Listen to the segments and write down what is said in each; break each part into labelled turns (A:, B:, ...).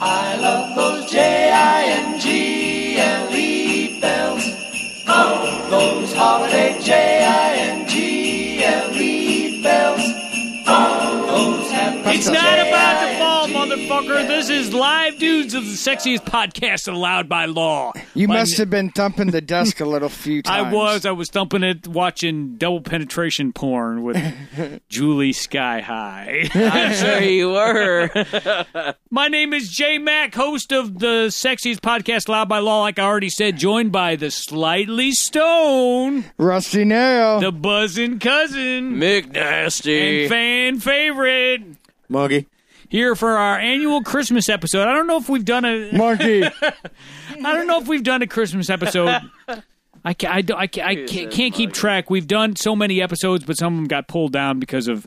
A: I love those J-I-N-G-L-E bells. Oh, those holiday J-I-N-G-L-E bells. Oh, those happy
B: It's not about the ball, motherfucker. This is live dudes of the sexiest podcast allowed by law.
C: You
B: My-
C: must have been thumping the desk a little few times.
B: I was. I was thumping it, watching double penetration porn with Julie Sky High.
D: I'm sure you were.
B: My name is Jay Mack, host of the sexiest podcast allowed by law. Like I already said, joined by the slightly stone,
C: Rusty Nail.
B: the buzzing cousin,
D: Mick Nasty.
B: and fan favorite.
E: Muggy.
B: Here for our annual Christmas episode. I don't know if we've done a.
C: Monkey.
B: I don't know if we've done a Christmas episode. I can't, I, don't- I, can't, I can't, can't keep track. We've done so many episodes, but some of them got pulled down because of.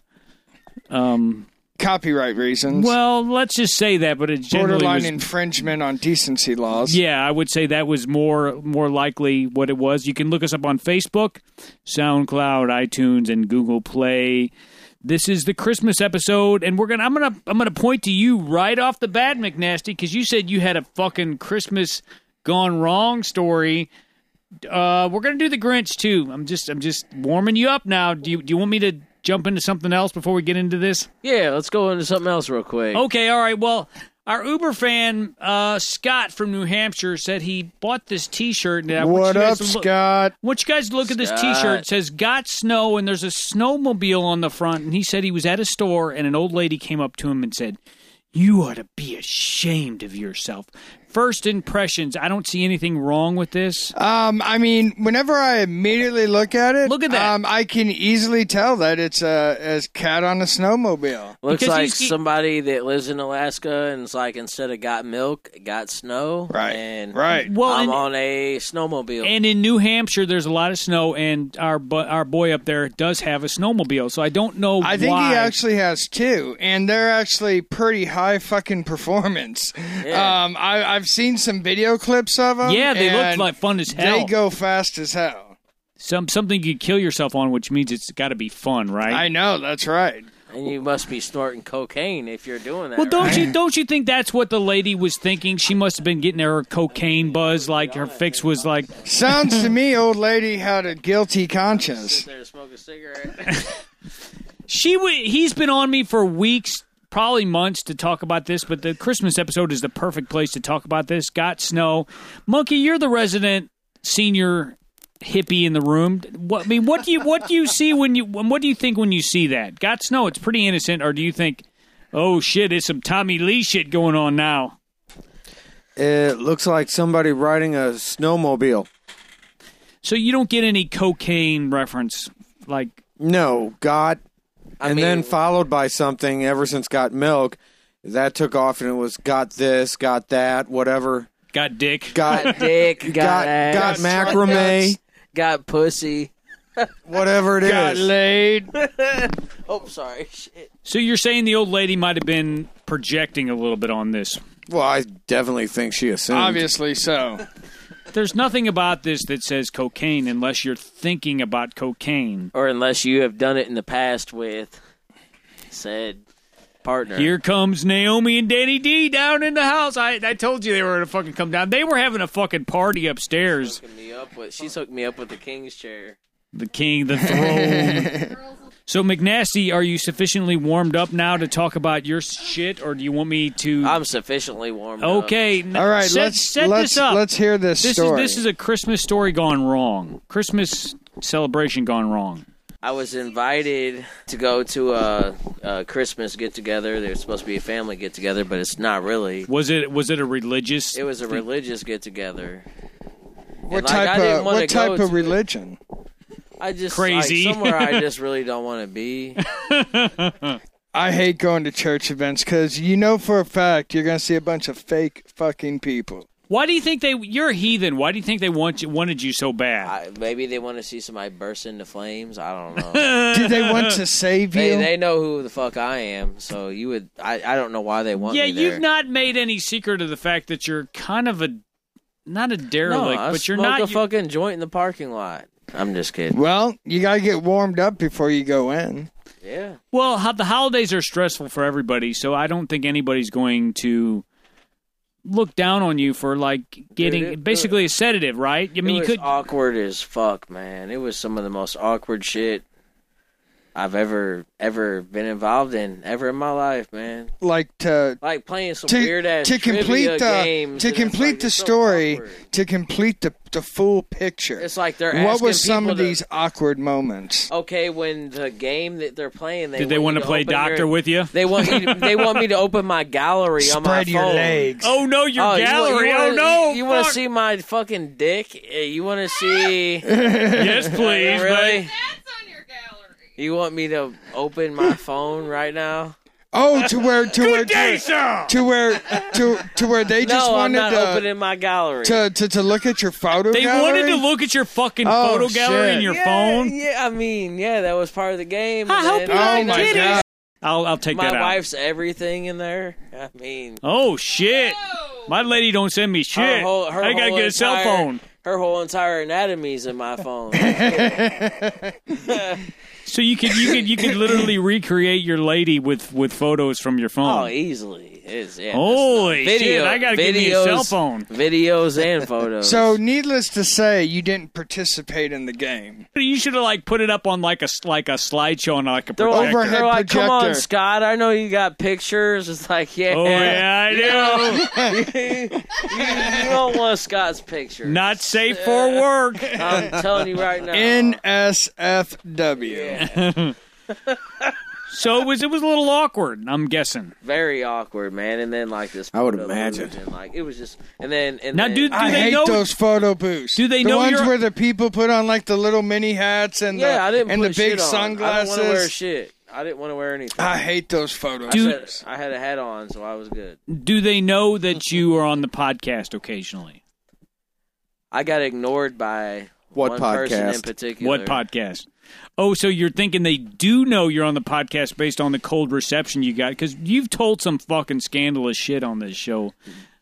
C: Copyright reasons.
B: Well, let's just say that, but it generally
C: borderline
B: was.
C: infringement on decency laws.
B: yeah, I would say that was more more likely what it was. You can look us up on Facebook, SoundCloud, iTunes, and Google Play. This is the Christmas episode, and we're gonna. I'm gonna. I'm gonna point to you right off the bat, McNasty, because you said you had a fucking Christmas gone wrong story. Uh, we're gonna do the Grinch too. I'm just. I'm just warming you up now. Do you? Do you want me to jump into something else before we get into this?
D: Yeah, let's go into something else real quick.
B: Okay, all right. Well, our Uber fan uh, Scott from New Hampshire said he bought this T-shirt. And I want
C: What
B: you
C: up,
B: guys to look-
C: Scott?
B: I want you guys to look at this
D: Scott.
B: T-shirt. It says "Got Snow" and there's a snowmobile on the front. And he said he was at a store and an old lady came up to him and said, "You ought to be ashamed of yourself." First impressions. I don't see anything wrong with this.
C: Um, I mean, whenever I immediately look at it,
B: Look at that.
C: Um, I can easily tell that it's a as cat on a snowmobile.
D: Looks
B: Because
D: like
B: he's- he-
D: somebody that lives in Alaska and it's like instead of got milk, got snow.
C: Right,
D: And
C: right.
B: Well,
D: I'm
B: and-
D: on a snowmobile.
B: And in New Hampshire, there's a lot of snow, and our bu- our boy up there does have a snowmobile. So I don't know.
C: I think
B: why.
C: he actually has two, and they're actually pretty high fucking performance.
D: Yeah.
C: Um, I, I've seen some video clips of them.
B: Yeah, they look
C: and
B: like fun as hell.
C: They go fast as hell.
B: Some something you kill yourself on, which means it's got to be fun, right?
C: I know that's right.
D: And you must be snorting cocaine if you're doing that.
B: well, don't
D: right?
B: you don't you think that's what the lady was thinking? She must have been getting her cocaine buzz, like her fix was like.
C: Sounds to me, old lady had a guilty conscience.
D: Sit there and smoke a cigarette.
B: She wa he's been on me for weeks, probably months, to talk about this. But the Christmas episode is the perfect place to talk about this. Got snow, monkey. You're the resident senior hippie in the room. What I mean, what do you what do you see when you what do you think when you see that? Got snow. It's pretty innocent, or do you think, oh shit, it's some Tommy Lee shit going on now?
E: It looks like somebody riding a snowmobile.
B: So you don't get any cocaine reference, like
E: No, got,
D: I
E: and
D: mean,
E: then followed by something ever since got milk. That took off and it was got this, got that, whatever.
B: got dick.
E: Got
D: got dick, got
E: got
D: ass,
E: got macrame,
D: got pussy.
E: whatever it is.
C: Got laid.
D: Oh, sorry. Shit.
B: So you're saying the old lady might have been projecting a little bit on this.
E: Well, I definitely think she assumed.
C: Obviously so.
B: There's nothing about this that says cocaine unless you're thinking about cocaine.
D: Or unless you have done it in the past with said partner.
B: Here comes Naomi and Danny D down in the house. I, I told you they were gonna fucking come down. They were having a fucking party upstairs.
D: hooking me up with. She's hooked me up with the king's chair.
B: The king, the throne. so McNasty, are you sufficiently warmed up now to talk about your shit, or do you want me to?
D: I'm sufficiently warm.
B: okay, n-
C: All right,
B: set,
C: let's
B: set
C: let's
B: this up.
C: let's hear this,
B: This
C: story.
B: is this is a Christmas story gone wrong. Christmas celebration gone wrong.
D: I was invited to go to a, a Christmas get together. There's supposed to be a family get together, but it's not really.
B: Was it was it a religious?
D: It was a religious get together.
C: what
D: like, I
C: type
D: didn't
C: of
D: wanna
C: what type
D: go
C: of
D: to it.
C: religion?
D: I just
B: Crazy.
D: like, somewhere I just really don't want to be.
C: I hate going to church events because you know for a fact you're gonna see a bunch of fake fucking people.
B: Why do you think they? You're a heathen. Why do you think they want you, wanted you so bad?
D: I, maybe they want to see somebody burst into flames. I don't know.
C: Do they want to save you?
D: They, they know who the fuck I am, so you would. I, I don't know why they want.
B: yeah,
D: me
B: you've
D: there.
B: not made any secret of the fact that you're kind of a not a
D: No,
B: derelict,
D: I
B: but you're
D: smoked
B: not.
D: a fucking joint in the parking lot. I'm just kidding.
C: well, you gotta get warmed up before you go in.
D: Yeah.
B: well, ho- the holidays are stressful for everybody, so I don't think anybody's going to look down on you for like getting
D: it-
B: basically a sedative, right? I mean,
D: it
B: you
D: was
B: could.
D: awkward as fuck, man. It was some of the most awkward shit I've ever ever been involved in ever in my life, man.
C: like to
D: Like playing some weird
C: to,
D: ass
C: to complete the
D: games.
C: to
D: and it's
C: complete
D: like,
C: the
D: it's so
C: story
D: awkward.
C: to complete the the full picture.
D: It's like they're
C: what
D: asking
C: was some
D: people
C: of
D: to- Oh,
C: these awkward moments?
D: Okay, when the game that they're playing, they
B: Did they want
D: want you
B: to play
D: open your-
B: doctor with you?
D: They want me. To, they want me to open my gallery on my
C: Spread
D: phone.
C: your legs.
B: Oh no, your
D: Oh, you wa- you
B: gallery!
D: wanna-
B: oh no!
D: You, want to
B: fuck.
D: see my fucking dick? Uh, You want to see?
B: Yes, please.
D: really?
F: That's on your gallery.
D: You want me to open my phone right now?
C: Oh, to where to where
B: But... Day,
C: to,
B: sir.
C: to where to to where they just
D: no, I'm
C: wanted
D: not
C: to,
D: opening my gallery.
C: to to to look at your photo.
B: They
C: gallery?
B: wanted to look at your fucking
C: Oh,
B: photo gallery
C: shit.
B: in your
D: yeah,
B: phone.
D: Yeah, I mean, yeah, that was part of the game. and
B: hope
D: then
B: you
C: Oh my god!
B: I'll I'll take
D: My
B: that out.
D: wife's everything in there. I mean,
B: Oh shit!
F: Oh.
B: My lady don't send me shit.
D: her whole, her
B: I gotta
D: whole
B: get a cell
D: entire-
B: phone.
D: Her whole entire anatomy's in my phone.
B: Oh. So you could you could you could literally recreate your lady with with photos from your
D: oh,
B: phone.
D: easily. It's, yeah,
B: Holy
D: that's-
B: shit! I gotta get me a cell phone.
D: Videos and photos.
C: So, needless to say, you didn't participate in the game.
B: You should have like put it up on like a s- like a slideshow on like a
D: they're like,
B: projector.
C: Overhead
D: they're like, come on,
C: projector."
D: Scott. I know you got pictures. It's like, yeah.
B: Oh yeah, I do.
D: you don't want Scott's picture.
B: Not safe for work.
D: I'm telling you right now.
C: NSFW.
B: So it was it was a little awkward. I'm guessing.
D: very awkward, man. And then like this.
E: I would
D: photo
E: imagine.
D: booth, And, like it was just. And then and
B: Now,
D: then,
B: dude,
C: I
B: they
C: hate
B: know-
C: those photo booths.
B: Do they
C: the
B: know
C: ones
B: you're-
C: where the people put on like the little mini hats and the
D: yeah, I didn't
C: and
D: put
C: the big
D: shit on. I
C: sunglasses?
D: didn't want to wear shit. I didn't want to wear anything.
C: I hate those photo
B: Uh, Dude.
D: I,
C: booths.
D: said- I had a hat on, so I was good.
B: Do they know that you are on the podcast occasionally?
D: I got ignored by
E: What
D: one person in
E: podcast?
D: particular.
B: What podcast? Oh, so you're thinking they do know you're on the podcast based on the cold reception you got because you've told some fucking scandalous shit on this show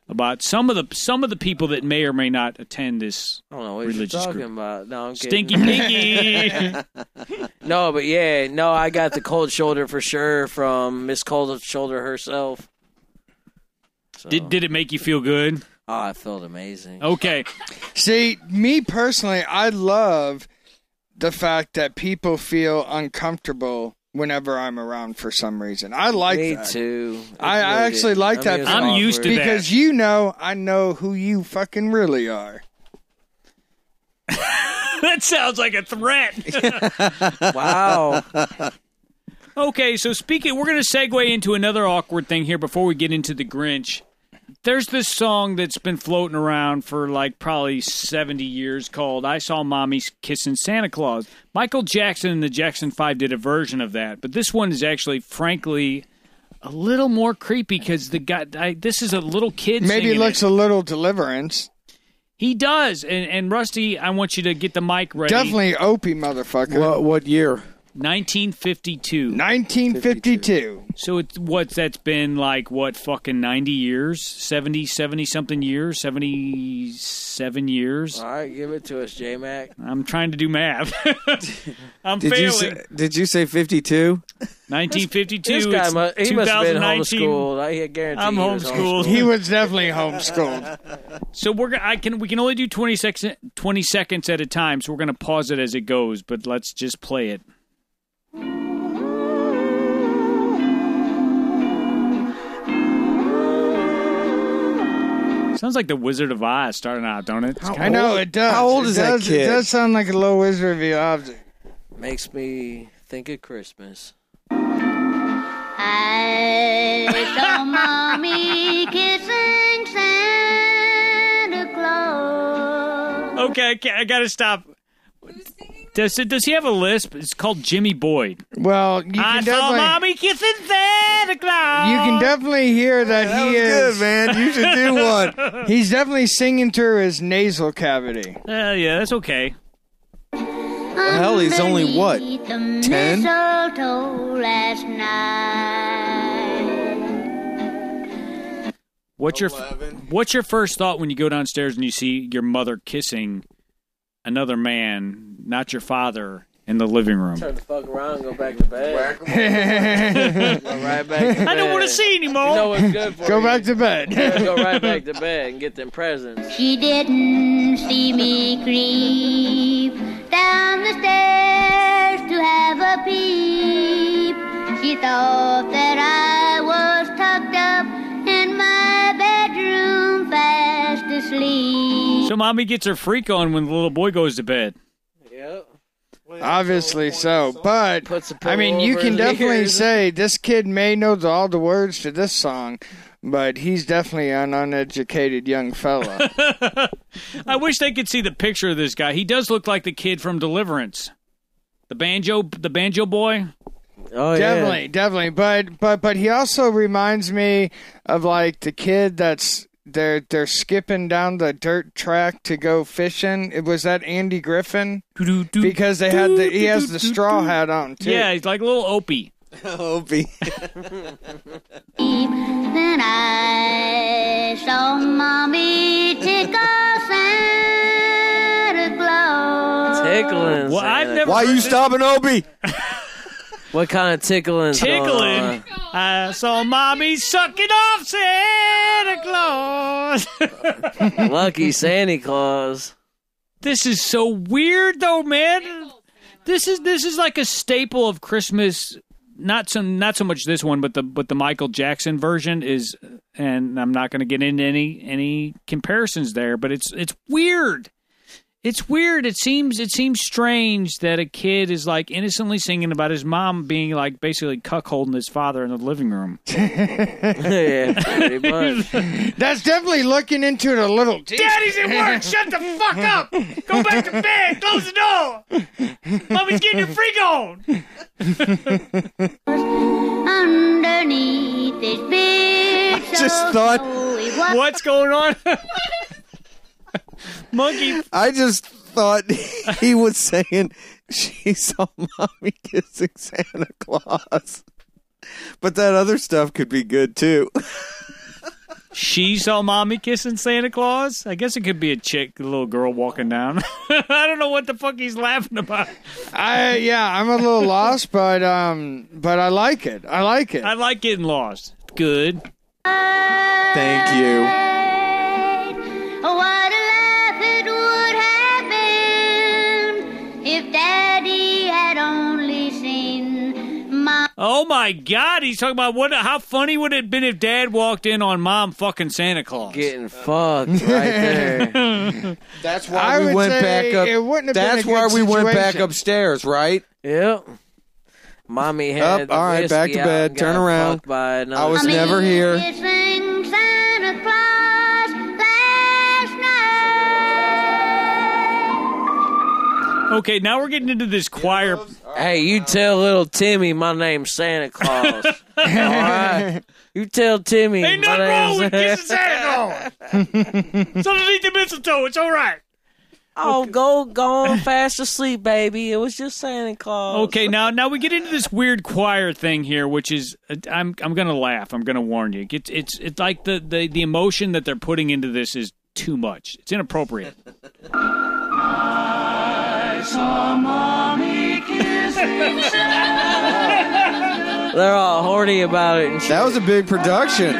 B: about some of the some of the people that may or may not attend this
D: I don't know what
B: Religious
D: you're talking
B: group.
D: about. No, I'm kidding.
B: stinky dinky.
D: No, but yeah, no, I got the cold shoulder for sure from Miss Cold Shoulder herself. So,
B: did did it make you feel good?
D: oh, I felt amazing.
B: Okay,
C: See, me personally, I love the fact that people feel uncomfortable whenever I'm around for some reason. I like
D: Me
C: that.
D: too. It
C: I- I
D: really
C: actually
D: did.
C: like
D: I mean,
C: that
D: it was
B: I'm
D: awkward.
B: used to that.
C: Because you know, I know who you fucking really are.
B: that sounds like a threat.
D: Wow.
B: Okay, so speaking, we're going to segue into another awkward thing here before we get into the Grinch. There's this song that's been floating around for like probably 70 years called I Saw Mommy Kissing Santa Claus. Michael Jackson and the Jackson 5 did a version of that, but this one is actually, frankly, a little more creepy because the guy, I, this is a little kid
C: Maybe it
B: singing
C: looks
B: it.
C: a little deliverance.
B: He does. And, and Rusty, I want you to get the mic ready.
C: Definitely Opie, motherfucker.
E: What what year?
B: 1952.
C: 1952.
B: So it's what's that's been like what fucking 90 years, 70 70 something years, 77 years.
D: All right, give it to us, J Mac.
B: I'm trying to do math. I'm
E: Did
B: failing.
E: you say, did you say fifty two?
B: 1952
D: This guy
B: it's
D: must, he must have been
B: 2019.
D: homeschooled. I guarantee
B: I'm
D: he was
B: homeschooled.
C: He was definitely homeschooled.
B: So we're gonna I can we can only do 20 seconds 20 seconds at a time, so we're going to pause it as it goes, but let's just play it. Sounds like the Wizard of Oz starting out, don't it? It's kinda-
C: I know it does.
E: How old
C: It
E: is that
C: does- It
E: kid?
C: does sound like a little Wizard of Oz.
D: Makes me think of Christmas.
G: I saw mommy kissing Santa Claus.
B: Okay, I, ca- I gotta stop. Does does he have a lisp? It's called Jimmy Boyd.
C: Well, you
B: I
C: can
B: saw
C: definitely
B: mommy kissing Santa Claus.
C: you can definitely hear that, he is.
E: man. You should do one.
C: He's definitely singing through his nasal cavity.
B: Uh, yeah, that's okay.
E: hell, he's only, what,
G: Underneath the
E: 10?
G: mistletoe last night.
B: What's your f- What's your first thought when you go downstairs and you see your mother kissing another man, not your father, in the living room.
D: Turn the fuck around, go back to bed. Go right back. To bed.
B: I don't want to see anymore.
D: You know what's good for
C: Go
D: you.
C: back to bed.
D: Go right back to bed and get them presents.
G: She didn't see me creep down the stairs to have a peep. She thought that I was tucked up in my bedroom fast asleep.
B: so mommy gets her freak on when the little boy goes to bed.
D: Yep.
C: Obviously so, but
D: Puts a
C: I mean, you can
D: pillow over his
C: definitely
D: ears.
C: say this kid may know the, all the words to this song, but he's definitely an uneducated young fella.
B: I wish they could see the picture of this guy. He does look like the kid from Deliverance. The banjo the banjo boy.
D: Oh yeah.
C: definitely, definitely. But but but he also reminds me of like the kid that's they're they're skipping down the dirt track to go fishing. It was that Andy Griffin because they had the he has the straw hat on too.
B: Yeah, he's like little Opie.
E: Opie.
G: Then I saw mommy tickle Santa Claus.
D: Tickling.
B: Well, I've
D: Santa.
B: never-
E: Why you stopping Opie?
D: What kind of tickling?
C: Oh,
B: Tickling.
C: uh,
B: I saw mommy sucking off Santa Claus.
D: Lucky Santa Claus.
B: this is so weird though, man. This is this is like a staple of Christmas. Not so not so much this one, but the but the Michael Jackson version is and I'm not going to get into any any comparisons there, but it's it's weird. It's weird. It seems it seems strange that a kid is like innocently singing about his mom being like basically cuckolding his father in the living room.
D: yeah, pretty much.
C: That's definitely looking into it a little deep.
B: Daddy's at work. Shut the fuck up. Go back to bed. Close the door. Mommy's getting your freak on.
G: Underneath his big
E: just
G: soft
E: thought-
G: toe, he was
B: What's going on? Monkey.
E: I just thought he was saying she saw mommy kissing Santa Claus. But that other stuff could be good too.
B: She saw mommy kissing Santa Claus. I guess it could be a chick, a little girl walking down. I don't know what the fuck he's laughing about.
C: I yeah, I'm a little lost, but um, but I like it. I like it.
B: I like getting lost. Good.
E: Thank you.
G: Oh, what a life it would have been if Daddy had only seen Mom.
B: Oh my God! He's talking about what? How funny would it have been if Dad walked in on Mom fucking Santa Claus?
D: Getting fucked right there.
E: That's
C: I would say it wouldn't have
E: That's
C: been a
E: why
C: good
E: we went back
C: situation.
E: upstairs, right?
D: Yep. Mommy had
E: Up,
D: the
E: all right,
D: whiskey
E: back to
D: out
E: bed,
D: and
E: turn
D: got
E: around.
D: fucked By another
E: was-
G: Mommy
E: never here.
G: kissing Santa Claus last night.
B: Okay, now we're getting into this choir.
D: Hey, you tell little Timmy my name's Santa Claus. all right. You tell Timmy
B: Ain't
D: my
B: nothing wrong
D: name's
B: with kissing Santa Claus. it's underneath the mistletoe. It's all right.
D: Oh, go go on fast asleep, baby. It was just Santa Claus.
B: Okay, now now we get into this weird choir thing here, which is I'm I'm gonna laugh. I'm gonna warn you. It's it's it's like the the, the emotion that they're putting into this is too much. It's inappropriate.
D: They're all horny about it and shit.
E: That was a big production.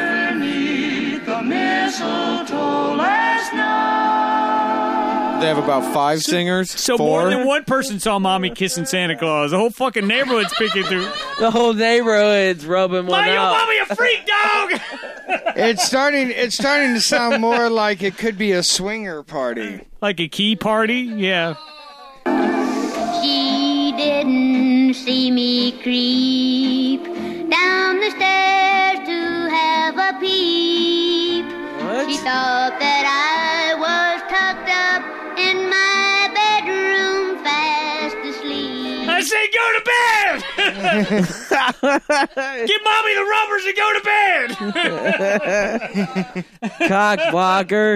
E: They have about five singers.
B: So
E: four.
B: more than one person saw mommy kissing Santa Claus. The whole fucking neighborhood's picking through.
D: The whole neighborhood's rubbing one
B: Why you
D: out.
B: mommy a freak dog?
C: It's starting. It's starting to sound more like it could be a swinger party.
B: like a key party? Yeah.
G: She didn't see me creep down the stairs to have a peep. She
D: What?
G: thought that I was tucked up in my bedroom fast asleep.
B: I say go to bed. Give mommy the rubbers and go to bed.
D: Cock blocker.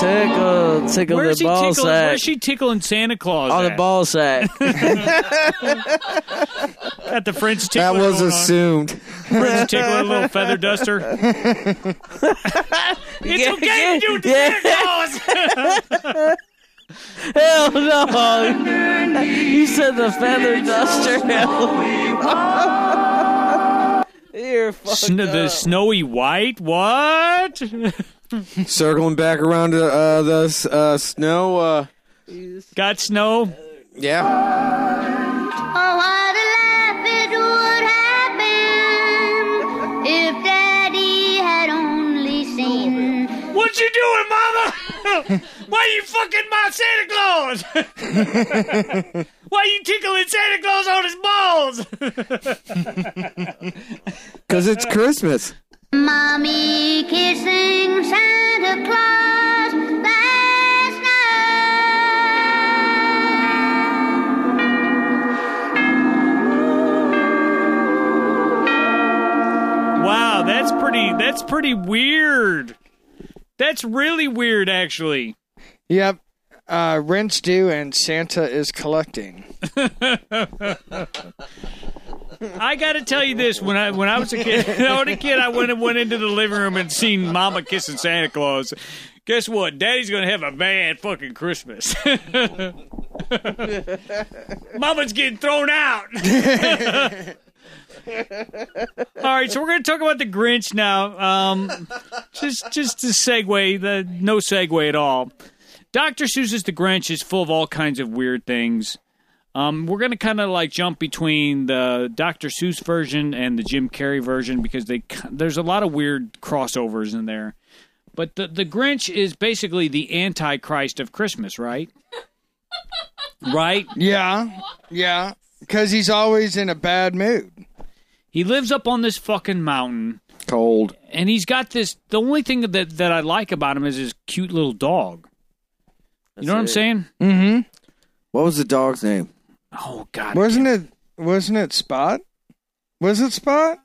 D: Tickle, tickle
B: Where is
D: the
B: he
D: ball
B: tickling? Where
D: sack.
B: is she tickling Santa Claus?
D: On the
B: at?
D: ball sack.
B: Got the French tickler.
E: That was
B: going on.
E: assumed.
B: French tickler, little feather duster. it's okay to do it to
D: yeah.
B: Santa Claus.
D: Hell no! you said the feather duster. You're fucked
B: Sn- the
D: up.
B: snowy white. What?
E: Circling back around to uh, the s- uh, snow. Uh,
B: Got snow.
E: yeah.
G: Oh, what a life it would have been if Daddy had only seen.
B: What you doing, Mama? Why you fucking my Santa Claus? Why you tickling Santa Claus on his balls?
E: Because it's Christmas.
G: Mommy kissing Santa Claus last night.
B: Wow, that's pretty. That's pretty weird. That's really weird, actually.
C: Yep. Uh, rent's due and Santa is collecting.
B: I got to tell you this: when I when I was a kid, when I was a kid, I went went into the living room and seen Mama kissing Santa Claus. Guess what? Daddy's gonna have a bad fucking Christmas. Mama's getting thrown out. All right, so we're gonna talk about the Grinch now. Um, just just to segue, the no segue at all. Dr. Seuss's The Grinch is full of all kinds of weird things. Um, we're going to kind of like jump between the Dr. Seuss version and the Jim Carrey version because they ki- there's a lot of weird crossovers in there. But the the Grinch is basically the antichrist of Christmas, right? right?
C: Yeah. Yeah. Because he's always in a bad mood.
B: He lives up on this fucking mountain
E: Cold.
B: and he's got this the only thing that that I like about him is his cute little dog. you know what I'm
D: That's it.
B: saying?
E: What was the dog's name?
B: Oh god.
C: Wasn't it? Wasn't it Spot? Was it Spot?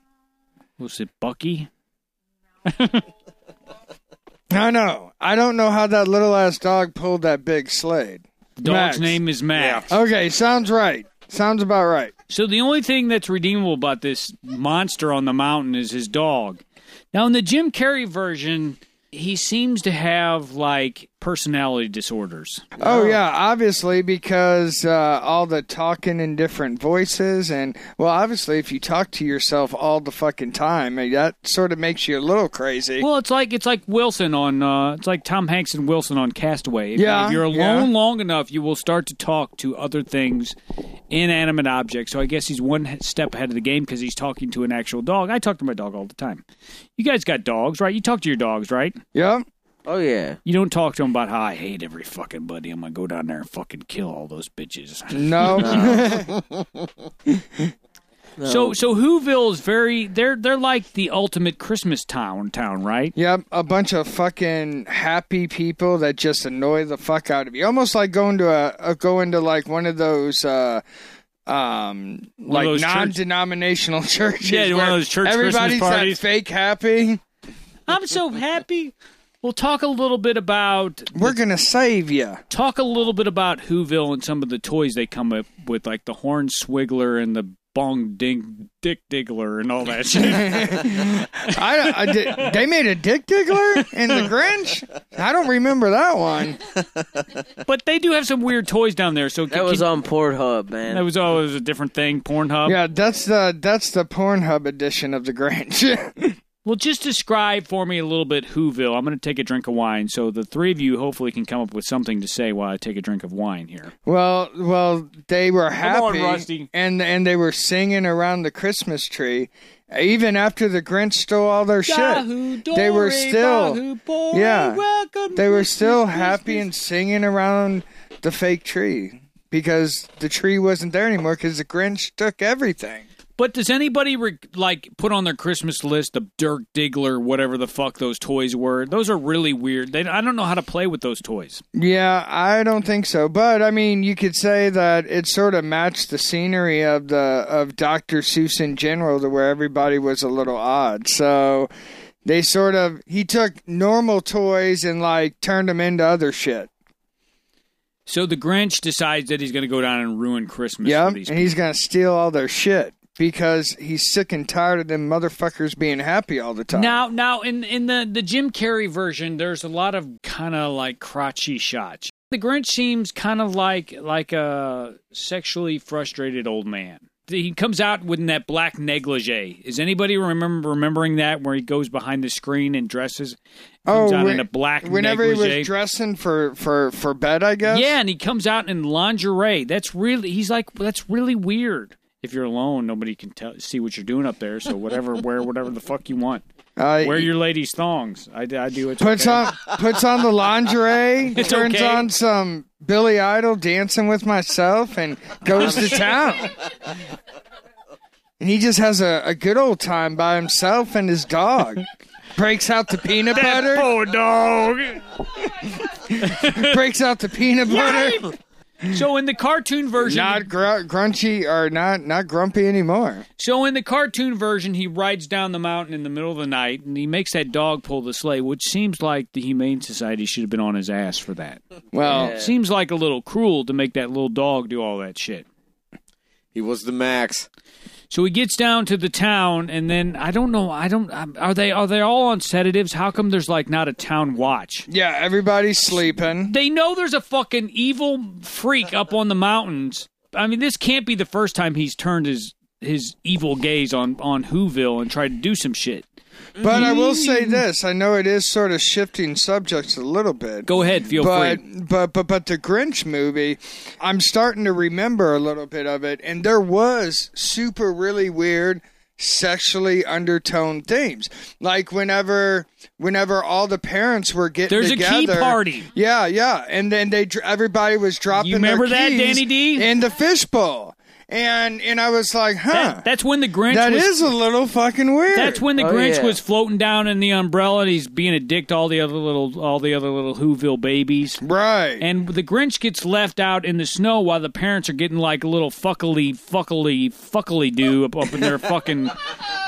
B: Was it Bucky?
C: I know. I don't know how that little ass dog pulled that big sled.
B: Dog's
C: Max.
B: name is Max.
C: Okay, sounds right. Sounds about right.
B: So the only thing that's redeemable about this monster on the mountain is his dog. Now in the Jim Carrey version, he seems to have like personality disorders.
C: Oh yeah, obviously because uh, all the talking in different voices, and well, obviously if you talk to yourself all the fucking time, eh, that sort of makes you a little crazy.
B: Well, it's like it's like Wilson on uh, it's like Tom Hanks and Wilson on Castaway. If,
C: Yeah,
B: if you're alone
C: yeah.
B: long enough, you will start to talk to other things, inanimate objects. So I guess he's one he- step ahead of the game because he's talking to an actual dog. I talk to my dog all the time. You guys got dogs, right? You talk to your dogs, right?
C: Yep.
D: Oh yeah.
B: You don't talk to them about how I hate every fucking buddy. I'm gonna go down there and fucking kill all those bitches.
C: No.
B: So, so Whoville is very they're they're like the ultimate Christmas town town, right?
C: yep. A bunch of fucking happy people that just annoy the fuck out of you. Almost like going to a, a going to like one of those. Uh, um, like
B: those church-
C: non-denominational churches.
B: Yeah, one of
C: where
B: those church Christmas
C: everybody's
B: parties.
C: that fake happy.
B: I'm so happy. We'll talk a little bit about
C: We're gonna save you.
B: talk a little bit about Whoville and some of the toys they come up with, like the Horn Swiggler and the Bong Ding Dick Diggler and all that shit.
C: I, I did, they made a Dick Diggler in the Grinch. I don't remember that one.
B: but they do have some weird toys down there. So
D: That was on Pornhub, man.
B: that was always a different thing. Pornhub.
C: Yeah, that's the that's the Pornhub edition of the Grinch.
B: Well, just describe for me a little bit Whoville. I'm going to take a drink of wine, so the three of you hopefully can come up with something to say while I take a drink of wine here.
C: well, well, they were happy,
B: on, Rusty.
C: and and they were singing around the Christmas tree, even after the Grinch stole all their shit. They were still, yeah, they were still happy and singing around the fake tree because the tree wasn't there anymore because the Grinch took everything.
B: But does anybody re- like put on their Christmas list the Dirk Diggler, whatever the fuck those toys were? Those are really weird. They, I don't know how to play with those toys.
C: Yeah, I don't think so. But I mean, you could say that it sort of matched the scenery of the of Dr. Seuss in general, to where everybody was a little odd. So they sort of he took normal toys and like turned them into other shit.
B: So the Grinch decides that he's going to go down and ruin Christmas.
C: Yeah,
B: for
C: and
B: these
C: he's gonna steal all their shit because he's sick and tired of them motherfuckers being happy all the time.
B: Now, now in in the the Jim Carrey version, there's a lot of kind of like crotchy shots. The Grinch seems kind of like like a sexually frustrated old man. He comes out with that black negligee. Is anybody remember remembering that where he goes behind the screen and dresses? Comes out in
C: when-
B: a black
C: Oh, whenever he
B: negligee.
C: was dressing for for for bed, I guess.
B: yeah, and he comes out in lingerie. That's really he's like that's really weird. If you're alone, nobody can tell see what you're doing up there. So whatever, wear whatever the fuck you want.
C: Uh,
B: Wear your ladies' thongs. I, I do it.
C: puts on puts on the lingerie,
B: It's
C: turns
B: okay.
C: on some Billy Idol dancing with myself, and goes to town. And he just has a, a good old time by himself and his dog. Breaks out the peanut butter.
B: Oh, dog.
C: Breaks out the peanut butter.
B: So in the cartoon version,
C: Not gr- grunchy or not not grumpy anymore.
B: so in the cartoon version, he rides down the mountain in the middle of the night and he makes that dog pull the sleigh, which seems like the Humane Society should have been on his ass for that.
C: Well,
B: Seems like a little cruel to make that little dog do all that shit.
E: He was the max.
B: So he gets down to the town, and then I don't know. I don't. um, Are they are they all on sedatives? How come there's like not a town watch?
C: yeah, everybody's sleeping.
B: They know there's a fucking evil freak up on the mountains. I mean, this can't be the first time he's turned his his evil gaze on on Whoville and tried to do some shit.
C: But I will say
B: Mm.
C: this: I know it is sort of shifting subjects a little bit.
B: Go ahead, feel
C: but,
B: free.
C: But but but the Grinch movie, I'm starting to remember a little bit of it, and there was super really weird sexually undertoned themes. Like whenever whenever all the parents were getting
B: There's a
C: together,
B: key party.
C: Yeah, yeah, and then they dr- everybody was dropping.
B: remember that,
C: their keys
B: Danny D?
C: In the fishbowl, and and I was like, huh,
B: That, that's when the Grinch.
C: that
B: was,
C: is a little fucking weird.
B: That's when the
D: Oh,
B: Grinch
D: yeah.
B: was floating down in the umbrella. and He's being a dick to all the other little all the other little Whoville babies.
C: right.
B: And the Grinch gets left out in the snow while the parents are getting like a little fuckily, fuckily, fuckily do up, up in their fucking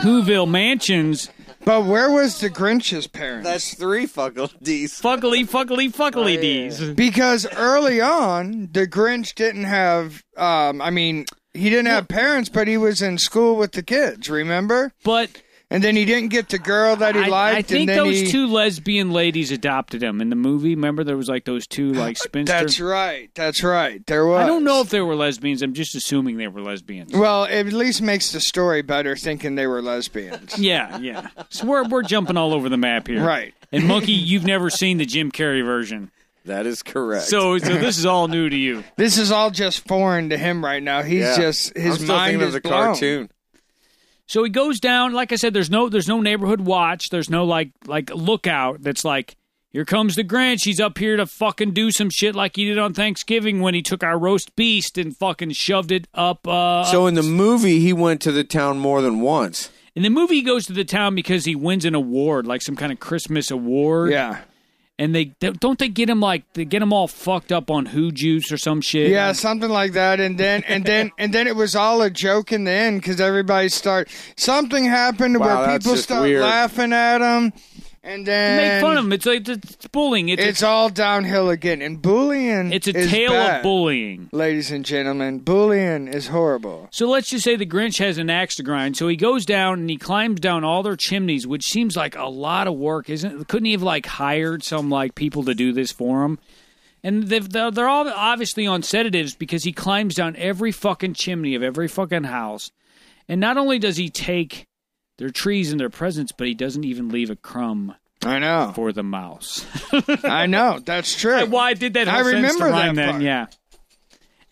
B: Whoville mansions.
C: but where was the Grinch's parents?
E: That's three fucking D's.
B: Fuckily, fuckily, fuckily
C: Oh,
B: dees.
C: Because early on, the Grinch didn't have, um, I mean, he didn't have parents, but he was in school with the kids, remember?
B: But
C: And then he didn't get the girl that he
B: I,
C: liked.
B: I think
C: and then
B: those
C: he,
B: two lesbian ladies adopted him in the movie. Remember, there was like those two like spinster.
C: That's right. That's right. There was.
B: I don't know if they were lesbians. I'm just assuming they were lesbians.
C: Well, it at least makes the story better thinking they were lesbians.
B: Yeah, yeah. So we're we're jumping all over the map here,
C: Right.
B: And monkey, you've never seen the Jim Carrey version,
E: That is correct.
B: so so this is all new to you.
C: This is all just foreign to him right now. He's
E: Yeah.
C: just
E: I'm
C: his
E: still
C: mind
E: thinking
C: is
E: of the
C: blown.
E: cartoon.
B: So he goes down. Like I said, there's no there's no neighborhood watch. There's no like like lookout. That's like here comes the Grinch. He's up here to fucking do some shit like he did on Thanksgiving when he took our roast beast and fucking shoved it up. Uh,
E: So in the movie, he went to the town more than once.
B: in the movie, he goes to the town because he wins an award, like some kind of Christmas award.
C: Yeah.
B: And they don't they get him like they get him all fucked up on who juice or some shit.
C: Yeah, something like that, and then and then and then it was all a joke in the end because everybody start something happened
E: Wow,
C: where
E: that's
C: people
E: just
C: start
E: weird.
C: laughing at him, and
B: They
C: then
B: make fun of him. It's like it's bullying. It's
C: It's all downhill again, and bullying.
B: it's a
C: is
B: tale
C: bad,
B: of bullying.
C: ladies and gentlemen. Bullying is horrible.
B: So let's just say the Grinch has an axe to grind. So he goes down and he climbs down all their chimneys, which seems like a lot of work, isn't? it? Couldn't he have like hired some like people to do this for him? And they've, they're they're all obviously on sedatives because he climbs down every fucking chimney of every fucking house. And not only does he take their trees and their presents, but he doesn't even leave a crumb
C: I know.
B: for the mouse.
C: I know. That's true.
B: Why I did that?
C: I
B: whole sentence to
C: remember that
B: rhyme
C: part.
B: Yeah.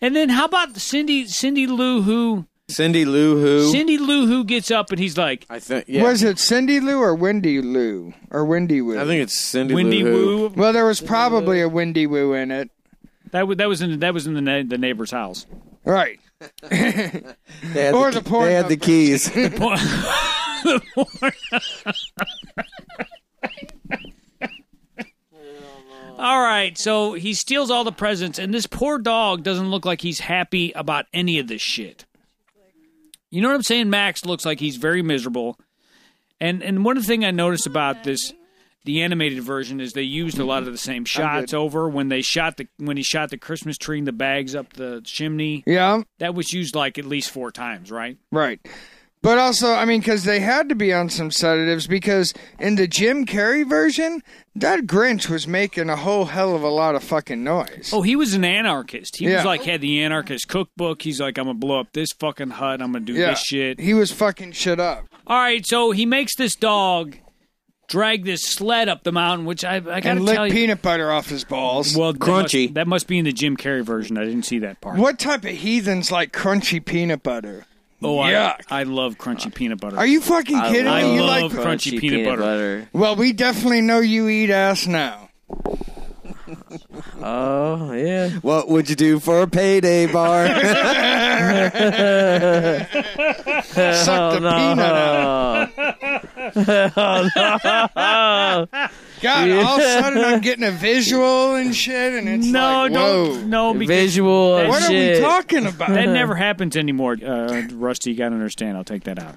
B: And then how about Cindy Cindy Lou Who?
E: Cindy Lou Who.
B: Cindy Lou Who gets up and he's like,
E: I think. Yeah.
C: Was it Cindy Lou or Wendy Lou or Wendy Woo?
E: I think it's Cindy
B: Windy
E: Lou Who.
B: Woo.
C: well, there was probably a Wendy Woo in it,
B: That was that was in that was in the na- the neighbor's house.
C: right?
E: They had
C: Or the
E: key-
C: porn
E: They had the
C: company.
E: keys.
B: All right, so he steals all the presents, and this poor dog doesn't look like he's happy about any of this shit. You know what I'm saying? Max looks like he's very miserable, And and one thing I noticed about this the animated version is they used a lot of the same shots over when they shot the when he shot the Christmas tree and the bags up the chimney.
C: Yeah,
B: That was used like at least four times, right?
C: right. But also, I mean, because they had to be on some sedatives because in the Jim Carrey version, that Grinch was making a whole hell of a lot of fucking noise.
B: Oh, he was an anarchist. He
C: Yeah.
B: was like had the anarchist cookbook. He's like, I'm gonna blow up this fucking hut. I'm gonna do this shit.
C: He was fucking shit up.
B: All right, so he makes this dog drag this sled up the mountain, which I, I gotta
C: and lick
B: tell you.
C: peanut butter off his balls.
B: well, That
E: Crunchy.
B: must, that must be in the Jim Carrey version. I didn't see that part.
C: what type of heathens like crunchy peanut butter?
B: Oh,
C: Yuck. Uh,
B: I, I love crunchy peanut butter.
C: Are you fucking
D: I
C: kidding
D: love
C: me? You
B: I
C: like?
B: love crunchy peanut butter.
C: Well, we definitely know you eat ass now.
D: Oh yeah.
E: What would you do for a payday bar?
C: Suck the peanut out.
D: Oh,
C: God, all of a sudden I'm getting a visual and shit, and it's
B: no,
C: like, whoa.
B: don't. No, because
D: visual and
C: What are
D: shit.
C: we talking about?
B: that never happens anymore. Uh, Rusty, you gotta understand. I'll take that out.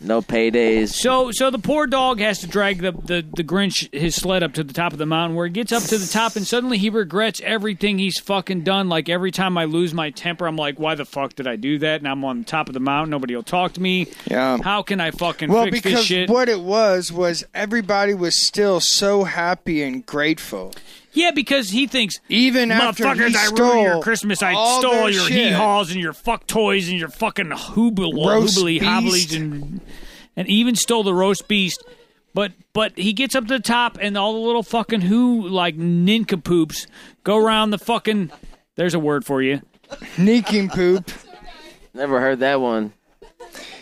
D: no paydays.
B: So, so the poor dog has to drag the, the, the Grinch his sled up to the top of the mountain, where he gets up to the top, and suddenly he regrets everything he's fucking done. Like every time I lose my temper, I'm like, why the fuck did I do that? And I'm on the top of the mountain, nobody will talk to me.
C: Yeah.
B: How can I fucking
C: Well,
B: fix this
C: because
B: shit?
C: what it was was everybody was still so happy and grateful,
B: yeah, because he thinks.
C: even after he
B: Motherfuckers, I
C: stole
B: ruined your Christmas. I
C: all
B: stole
C: their
B: your
C: shit.
B: hee haws and your fuck toys and your fucking hoobly
C: Roast
B: hoobly hobblies
C: beast.
B: and and even stole the roast beast. But but he gets up to the top and all the little fucking who like nincompoops go around the fucking. There's a word for you.
C: Sneaking poop.
D: Never heard that one.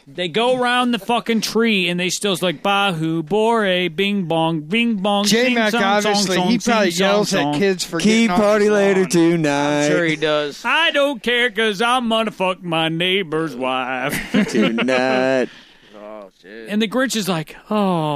B: They go around the fucking tree and they still's like Bahu Bore Bing Bong Bing Bong.
C: J
B: sing,
C: Mac,
B: song,
C: obviously,
B: song,
C: he
B: sing,
C: probably
B: song,
C: yells
B: song.
C: at kids for
E: Key
C: getting off
E: party
C: his
E: later
C: lawn.
E: tonight.
D: Sure he does.
B: I don't care because I'm gonna fuck my neighbor's wife.
E: Tonight.
D: Oh shit.
B: And the Grinch is like,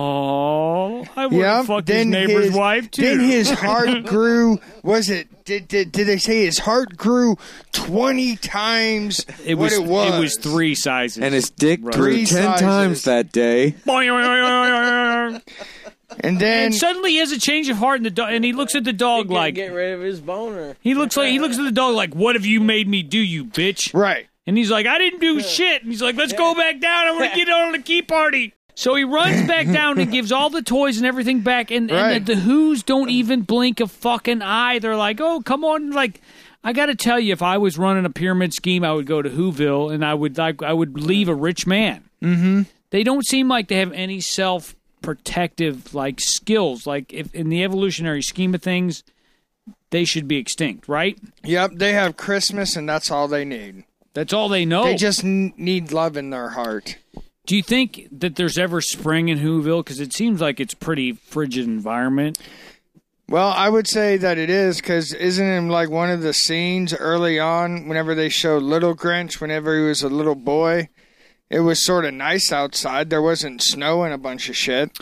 B: oh, I want
C: Yeah,
B: to fuck his
C: then
B: neighbor's
C: his-
B: wife too.
C: Then his heart grew. Was it? Did, did did they say his heart grew twenty times
B: it
C: what
B: was
C: it was?
B: was three sizes.
E: And his dick
B: Right.
E: grew
C: Three
E: ten
C: sizes.
E: times that day.
B: and,
C: And then
B: suddenly he has a change of heart, and the dog, and he looks at the dog
D: Can't
B: like
D: get rid of his boner.
B: he looks like he looks at the dog like, "What have you made me do, you bitch?"
C: right.
B: And he's like, I didn't do shit. And he's like, let's go back down. I want to get on the key party. So he runs back down and gives all the toys and everything back. And,
C: Right.
B: and the, the Who's don't even blink a fucking eye. They're like, oh, come on. Like, I got to tell you, if I was running a pyramid scheme, I would go to Whoville and I would like I would leave a rich man. Mm-hmm. They don't seem like they have any self protective like skills. Like if in the evolutionary scheme of things, they should be extinct, right?
C: Yep, they have Christmas and that's all they need.
B: That's all they know.
C: They just n- need love in their heart.
B: Do you think that there's ever spring in Whoville? Because it seems like it's pretty frigid environment.
C: Well, I would say that it is because isn't it like one of the scenes early on whenever they show Little Grinch whenever he was a little boy? It was sort of nice outside. There wasn't snow and a bunch of shit.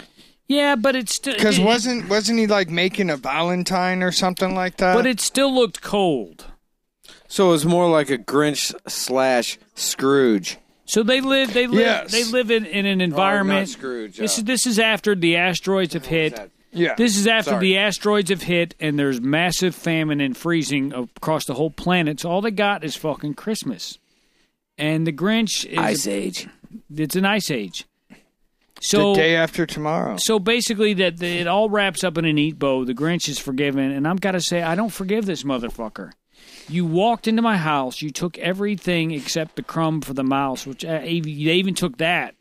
B: Yeah, but it's still
C: Because
B: it-
C: wasn't wasn't he like making a Valentine or something like that?
B: but it still looked cold.
E: So it was more like a Grinch slash Scrooge.
B: So they live. They live.
C: Yes.
B: They live in, in an
E: Oh,
B: environment.
E: not Scrooge,
B: This
E: uh,
B: is this is after the asteroids have hit.
C: yeah,
B: This is after
E: Sorry.
B: the asteroids have hit, and there's massive famine and freezing across the whole planet. So all they got is fucking Christmas, and the Grinch is
D: Ice Age.
B: it's an ice age.
C: the
B: So
C: day after tomorrow.
B: So basically, that that it all wraps up in a neat bow. The Grinch is forgiven, and I'm gotta say, I don't forgive this motherfucker. You walked into my house. You took everything except the crumb for the mouse, which uh, ev- they even took that.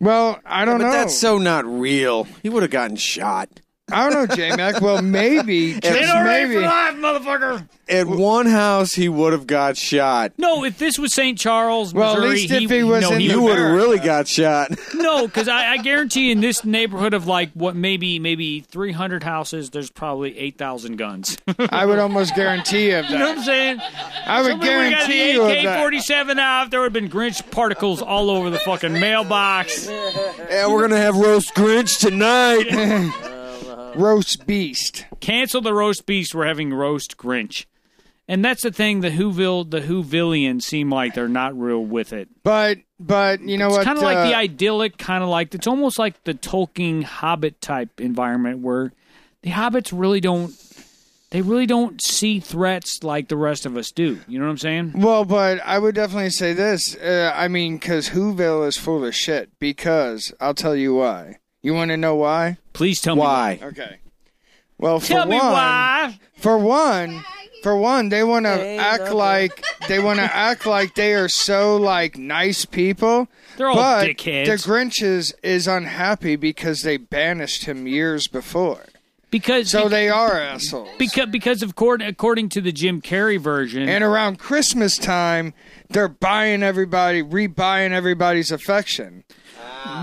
C: Well, I don't
E: But
C: know.
E: that's so not real. He would have gotten shot.
C: I don't know, J Mac. Well, maybe just maybe.
B: motherfucker.
E: At one house, he would have got shot.
B: No, if this was St. Charles,
C: Well, at
B: Missouri,
C: least if
B: he,
C: he was
B: no,
C: in
B: he
C: the
E: You would have really got shot.
B: no, because I, I guarantee in this neighborhood of like what maybe maybe 300 houses, there's probably 8,000 guns. you
C: I would almost guarantee you of
B: know what
C: that.
B: I'm saying?
C: I
B: Somebody
C: would
B: would've
C: guarantee you
B: got the
C: of that.
B: AK-47 out. There would have been Grinch particles all over the fucking mailbox.
E: And we're gonna have roast Grinch tonight.
C: Roast beast.
B: Cancel the roast beast. We're having roast Grinch. And that's the thing. The Whoville, the Whovillians seem like they're not real with it.
C: But but you know
B: It's
C: what?
B: kind of like the
C: uh,
B: idyllic, kind of like it's almost like the Tolkien Hobbit type environment where the hobbits really don't they really don't see threats like the rest of us do. You know what I'm saying?
C: Well, but I would definitely say this. Uh, I mean, because Whoville is full of shit. Because I'll tell you why. You want to know why?
B: Please tell me
E: Why?
C: Okay. Well,
B: Tell
C: for
B: me
C: one,
B: why.
C: for one, for one, they want to act like they want to act like they are so like nice people.
B: They're all
C: but
B: dickheads.
C: The Grinch is, is unhappy because they banished him years before.
B: Because
C: So
B: so
C: they are assholes.
B: because because of course, according to the Jim Carrey version,
C: and around Christmas time, they're buying everybody, rebuying everybody's affection.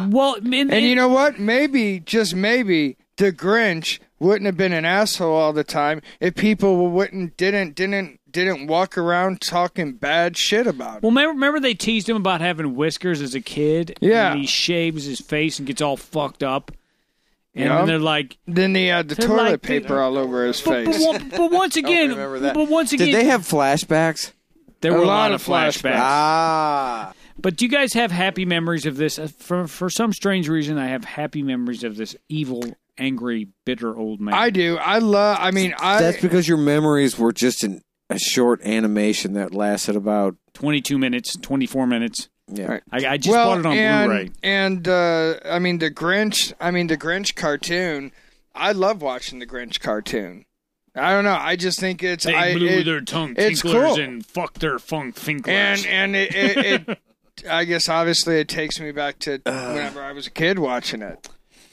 B: well, and,
C: And you know what? Maybe, just maybe, the Grinch wouldn't have been an asshole all the time if people wouldn't didn't didn't didn't walk around talking bad shit about it.
B: Well, remember, remember they teased him about having whiskers as a kid.
C: Yeah.
B: and he shaves his face and gets all fucked up. And
C: Yeah.
B: then they're like,
C: Then they had the
B: They're
C: toilet
B: like-
C: paper all over his
B: but, but,
C: face.
B: one- but once again,
E: remember that.
B: but once again,
E: Did they have flashbacks?
B: there were a lot, of flashbacks.
E: Ah,
B: But do you guys have happy memories of this? Uh, For for some strange reason, I have happy memories of this evil, angry, bitter old man.
C: I do. I love. I mean, I.
E: that's because your memories were just an, a short animation that lasted about
B: Twenty two minutes, twenty four minutes.
E: yeah.
B: I, I just
C: well,
B: bought it on
C: and,
B: Blu-ray.
C: and uh, I mean the Grinch. I mean the Grinch cartoon. I love watching the Grinch cartoon. I don't know. I just think it's
B: They
C: I,
B: blew
C: it-
B: their tongue
C: it's
B: tinklers
C: cool.
B: and fucked their funk tinklers.
C: and and it, it, it I guess obviously it takes me back to whenever I was a kid watching it.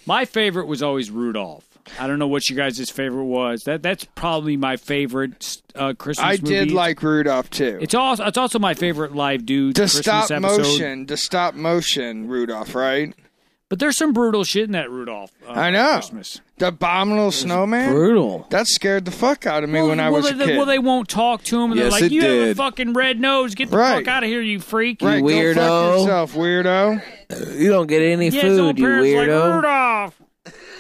B: My favorite was always Rudolph. I don't know what your guys' favorite was. That that's probably my favorite uh, Christmas.
C: I did
B: movie.
C: like Rudolph too.
B: It's also it's also my favorite live dude
C: the
B: Christmas
C: stop
B: episode.
C: motion, the stop motion Rudolph, right?
B: But there's some brutal shit in that Rudolph. Uh,
C: I know.
B: Christmas.
C: The abominable snowman.
E: brutal.
C: That scared the fuck out of me when I
B: well,
C: was
B: they,
C: a kid.
B: well, they won't talk to him. And
E: Yes,
B: they're like,
E: it
B: "You have a
E: did.
B: fucking red nose. Get the
C: Right.
B: fuck out of here, you freak!"
C: right, go
E: Weirdo.
C: fuck yourself, weirdo.
E: You don't get any
B: Yeah, his old parents like Rudolph.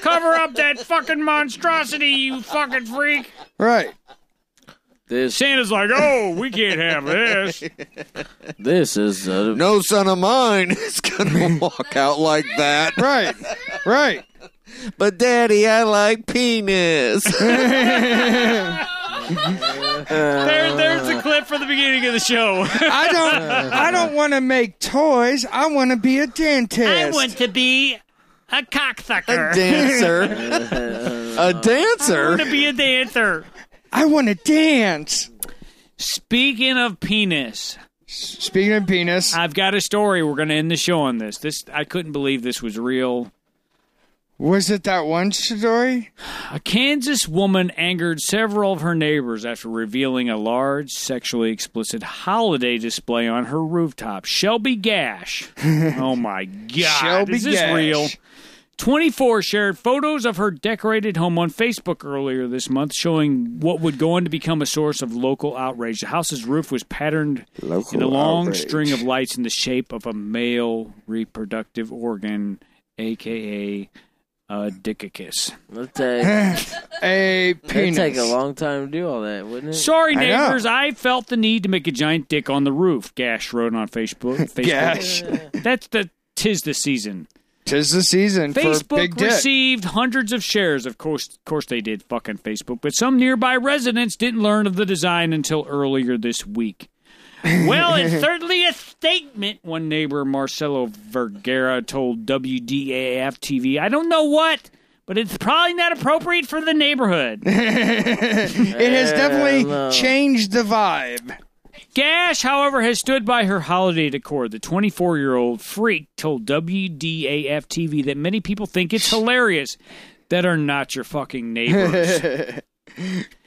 B: Cover up that fucking monstrosity, you fucking freak!
C: Right.
D: This
B: Santa's like, "Oh, we can't have this."
D: this is uh,
E: no son of mine is gonna walk out like that.
C: Right. Right.
E: But daddy, I like penis.
B: There, there's the clip for the beginning of the show.
C: I don't I don't want to make toys. I want to be a dentist.
B: to be a cocksucker.
E: dancer. a dancer.
B: be a dancer.
C: I want to dance.
B: Speaking of penis,
C: Speaking of penis,
B: I've got a story. We're going to end the show on this. This I couldn't believe this was real.
C: was it that one story?
B: A Kansas woman angered several of her neighbors after revealing a large sexually explicit holiday display on her rooftop. Shelby Gash. oh my god.
C: Shelby
B: is this
C: Gash.
B: real? 24 shared photos of her decorated home on Facebook earlier this month, showing what would go on to become a source of local outrage. The house's roof was patterned in a long string of lights in the shape of a male reproductive organ, aka a uh, dickicus.
D: it'll take,
C: a
D: it'll
C: penis.
D: take a long time to do all that, wouldn't it?
B: Sorry,
C: I know.
B: neighbors, I, felt the need to make a giant dick on the roof. Gash wrote on Facebook. Facebook.
C: Gash.
B: That's the tis the season.
C: Tis the season for big
B: Facebook
C: dick.
B: received hundreds of shares. Of course, of course they did. Fucking Facebook. But some nearby residents didn't learn of the design until earlier this week. well, it's certainly a statement. One neighbor, Marcelo Vergara, told WDAF TV, "I don't know what." But it's probably not appropriate for the neighborhood.
C: it has definitely
D: Hello.
C: changed the vibe.
B: Gash, however, has stood by her holiday decor. The 24 year old freak told WDAF TV that many people think it's hilarious that are not your fucking neighbors.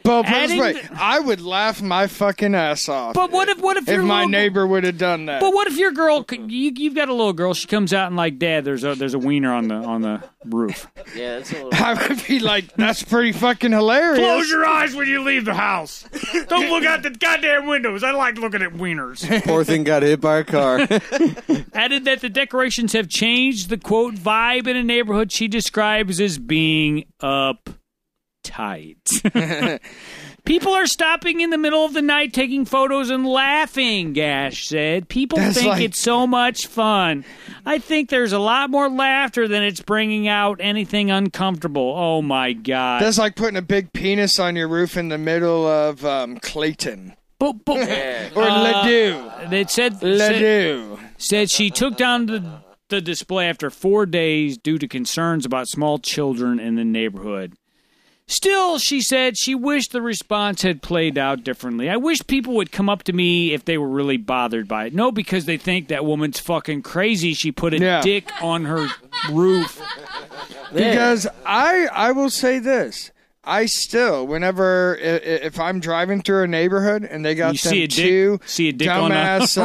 C: But put it this
B: Adding
C: way,
B: the-
C: I would laugh my fucking ass off
B: but what if what if,
C: if
B: your
C: my
B: little-
C: neighbor would have done that.
B: But what if your girl? You, you've got a little girl. She comes out and like, Dad, there's a there's a wiener on the on the roof.
D: Yeah, that's a little.
C: I would be like, that's pretty fucking hilarious.
B: your eyes when you leave the house. Don't look out the goddamn windows. I like looking at wieners.
E: Poor thing got hit by a car.
B: added that the decorations have changed the quote vibe in a neighborhood she describes as being uptight. People are stopping in the middle of the night taking photos and laughing, Gash said. People
C: That's
B: think
C: like-
B: it's so much fun. I think there's a lot more laughter than it's bringing out anything uncomfortable. Oh my God.
C: That's like putting a big penis on your roof in the middle of um, Clayton
B: Boop, boop.
C: or Ladue.
B: They said, said,
C: Ladue.
B: said she took down the, the display after four days due to concerns about small children in the neighborhood. Still, she said she wished the response had played out differently. I wish people would come up to me if they were really bothered by it. No, because they think that woman's fucking crazy. She put a
C: Yeah.
B: dick on her roof.
C: Because I, I will say this. I still, whenever i- i- if I'm driving through a neighborhood and they got
B: You
C: them
B: see a dick-
C: two
B: see a dick on a-
C: dumbass,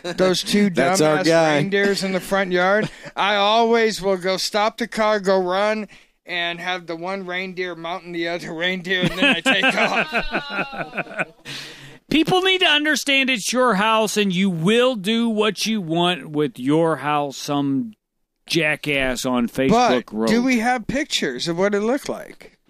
C: um, those two
E: That's our
C: dumbass
E: guy.
C: reindeers in the front yard, I always will go stop the car, go run, and have the one reindeer mounting the other reindeer, and then I take off.
B: People need to understand it's your house and you will do what you want with your house. Some jackass on Facebook
C: But
B: wrote.
C: do we have pictures of what it looked like?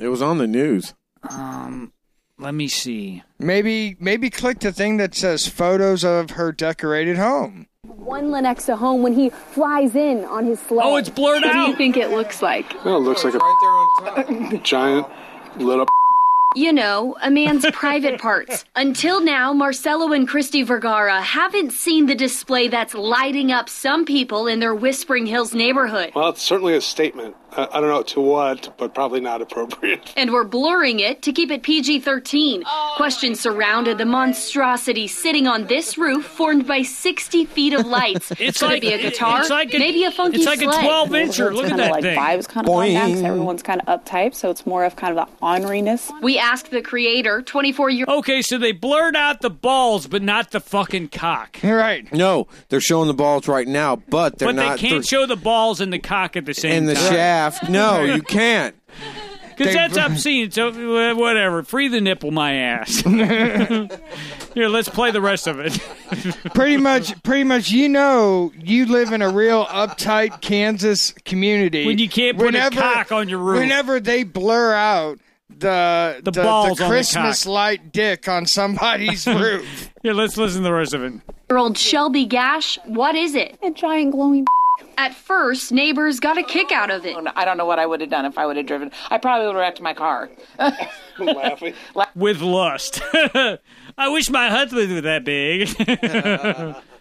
E: It was on the news.
B: Um, Let me see.
C: Maybe maybe click the thing that says photos of her decorated home.
H: one Lenexa home when he flies in on his sleigh.
B: Oh, it's blurred
I: What do you
B: out.
I: think it looks like?
J: No, it looks like a giant lit up.
H: You know, a man's private parts. Until now, Marcelo and Christy Vergara haven't seen the display that's lighting up some people in their Whispering Hills neighborhood.
J: Well, it's certainly a statement. Uh, I don't know to what, but probably not appropriate.
H: And we're blurring it to keep it PG 13. Questions surrounded the monstrosity sitting on this roof formed by 60 feet of lights.
B: It's
H: Could
B: like
H: it be a guitar,
B: It's like a,
H: maybe a funky
B: It's like a
H: sleigh.
B: twelve incher. Look at that
I: like
B: thing.
I: vibes kind of going down 'cause
E: Boing.
I: everyone's kind of uptight, so it's more of kind of the orneriness.
H: We asked the creator, 24 year
B: Okay, so they blurred out the balls, but not the fucking cock.
C: All right.
E: No, they're showing the balls right now, but they're
B: But they
E: not
B: can't show the balls and the cock at the same
E: in the
B: time
E: shaft. No, you can't.
B: because that's obscene. So uh, whatever, free the nipple, my ass. Here, let's play the rest of it.
C: pretty much pretty much you know you live in a real uptight Kansas community.
B: When you can't put a cock on your roof.
C: Whenever they blur out the
B: The balls on the
C: Christmas
B: cock.
C: light dick on somebody's roof.
B: Here, let's listen to the rest of it.
H: old Shelby Gash, what is it?
I: A giant glowing.
H: At first, neighbors got a kick out of it.
I: I don't know what I would have done if I would have driven. I probably would have wrecked my car.
J: Laughing.
B: with lust. I wish my husband was that big.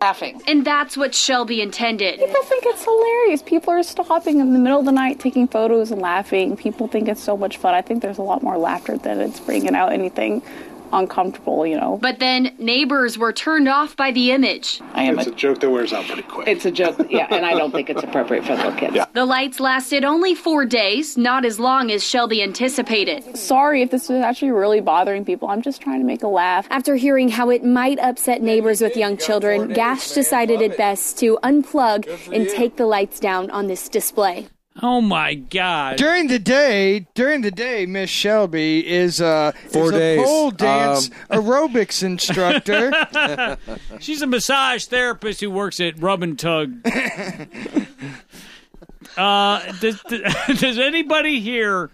I: Laughing.
H: And that's what Shelby intended.
I: People think it's hilarious. People are stopping in the middle of the night taking photos and laughing. People think it's so much fun. I think there's a lot more laughter than it's bringing out anything uncomfortable, you know.
H: But then neighbors were turned off by the image.
I: I am
J: It's a joke that wears out pretty quick.
I: a joke, yeah, and I don't think it's appropriate for little kids.
H: The lights lasted only four days, not as long as Shelby anticipated.
I: Sorry if this is actually really bothering people. I'm just trying to make a laugh.
H: After hearing how it might upset neighbors with young children, Gash decided it best to unplug and take the lights down on this display.
B: oh my god.
C: during the day, during the day, Miss Shelby is a
E: Four
C: is a
E: days.
C: pole dance
E: Um,
C: aerobics instructor.
B: She's a massage therapist who works at Rub and Tug. uh, does, does anybody here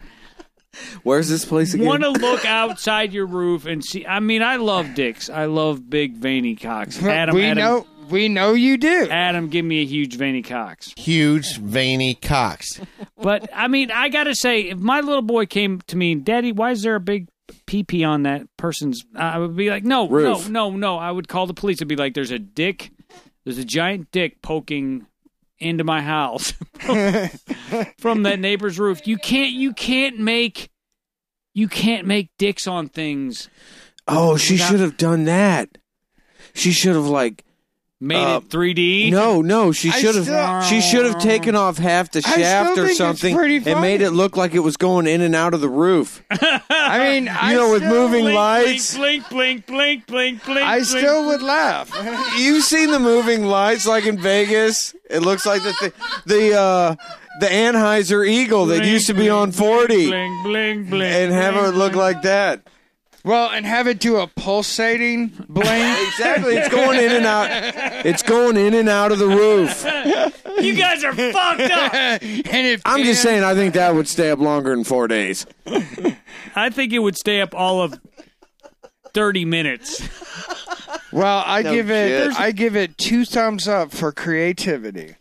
E: Where's this place again?
B: want to look outside your roof and see? I mean, I love dicks. I love big veiny cocks. Adam,
C: we
B: Adam,
C: know we know you do.
B: Adam, give me a huge veiny cocks.
K: Huge, veiny cocks.
B: But I mean, I gotta say, if my little boy came to me, and, Daddy, why is there a big pee pee on that person's? I would be like, No,
E: Roof.
B: no, no, no. I would call the police. I'd be like, There's a dick, there's a giant dick poking into my house from that neighbor's roof. You can't, you can't make, you can't make dicks on things.
E: oh, she
B: Without-
E: should have done that. She should have like
B: Made
E: Uh,
B: it 3D.
E: no, no. She
C: I
E: should
C: still-
E: have she should have taken off half the
C: still
E: shaft
C: think
E: or
C: it's
E: something
C: pretty
E: and made
C: funny.
E: it look like it was going in and out of the roof.
C: I mean, I
E: know, with
C: still,
E: moving
B: Blink,
E: lights.
B: blink, blink, blink, blink, blink, blink.
C: I
B: blink.
C: still would laugh.
E: You've seen the moving lights like in Vegas. It looks like the thi- the uh, the Anheuser Eagle that used to be on forty
B: blink, blink, blink,
E: and have
B: blink,
E: it look
B: blink.
E: like that.
C: Well, and have it do a pulsating bling.
E: exactly. It's going in and out. It's going in and out of the roof.
B: you guys are fucked up.
C: and if
E: I'm just saying, I think that would stay up longer than four days.
B: I think it would stay up all of thirty minutes.
C: Well, I
E: No
C: give it.
E: shit.
C: I give it two thumbs up for creativity.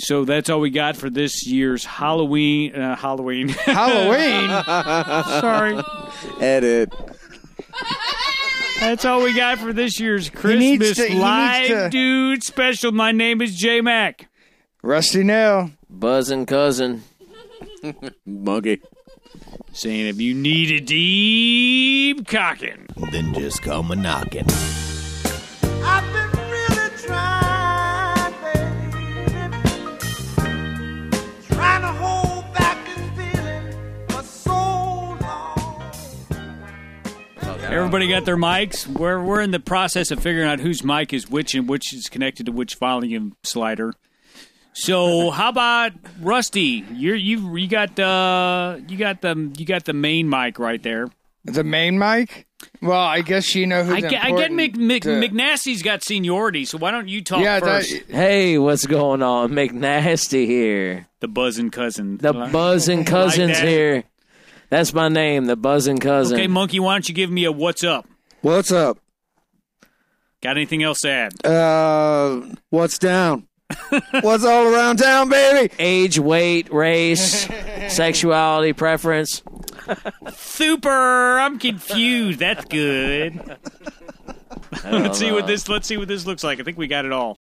B: So that's all we got for this year's Halloween. Uh, Halloween.
C: Halloween.
B: Sorry,
E: Edit.
B: that's all we got for this year's
C: needs
B: Christmas
C: to- he needs
B: live
C: to-
B: dude special. My name is J Mac.
C: Rusty nail.
D: Buzzing cousin.
E: Monkey.
B: Saying if you need a deep cocking.
K: Then just come a knocking.
A: I've been really trying, baby. Trying to hold back this feeling for so long.
B: Everybody got their mics. We're we're in the process of figuring out whose mic is which and which is connected to which volume slider. So how about Rusty? You you you got uh you got the you got the main mic right there.
C: The main mic. Well, I guess you know who.
B: I get, I get Mc, Mc,
C: to-
B: McNasty's got seniority, so why don't you talk
C: Yeah, that-
B: first?
D: Hey, what's going on? McNasty here.
B: the buzzing cousin.
D: The buzzing cousins
B: that.
D: here. That's my name, the buzzing cousin.
B: okay, monkey. Why don't you give me a what's up?
E: What's up?
B: Got anything else to add?
E: Uh, what's down? what's all around town, baby?
D: Age, weight, race, sexuality, preference.
B: Super. I'm confused. That's good.
D: I don't
B: let's see what
D: know.
B: this. Let's see what this looks like. I think we got it all.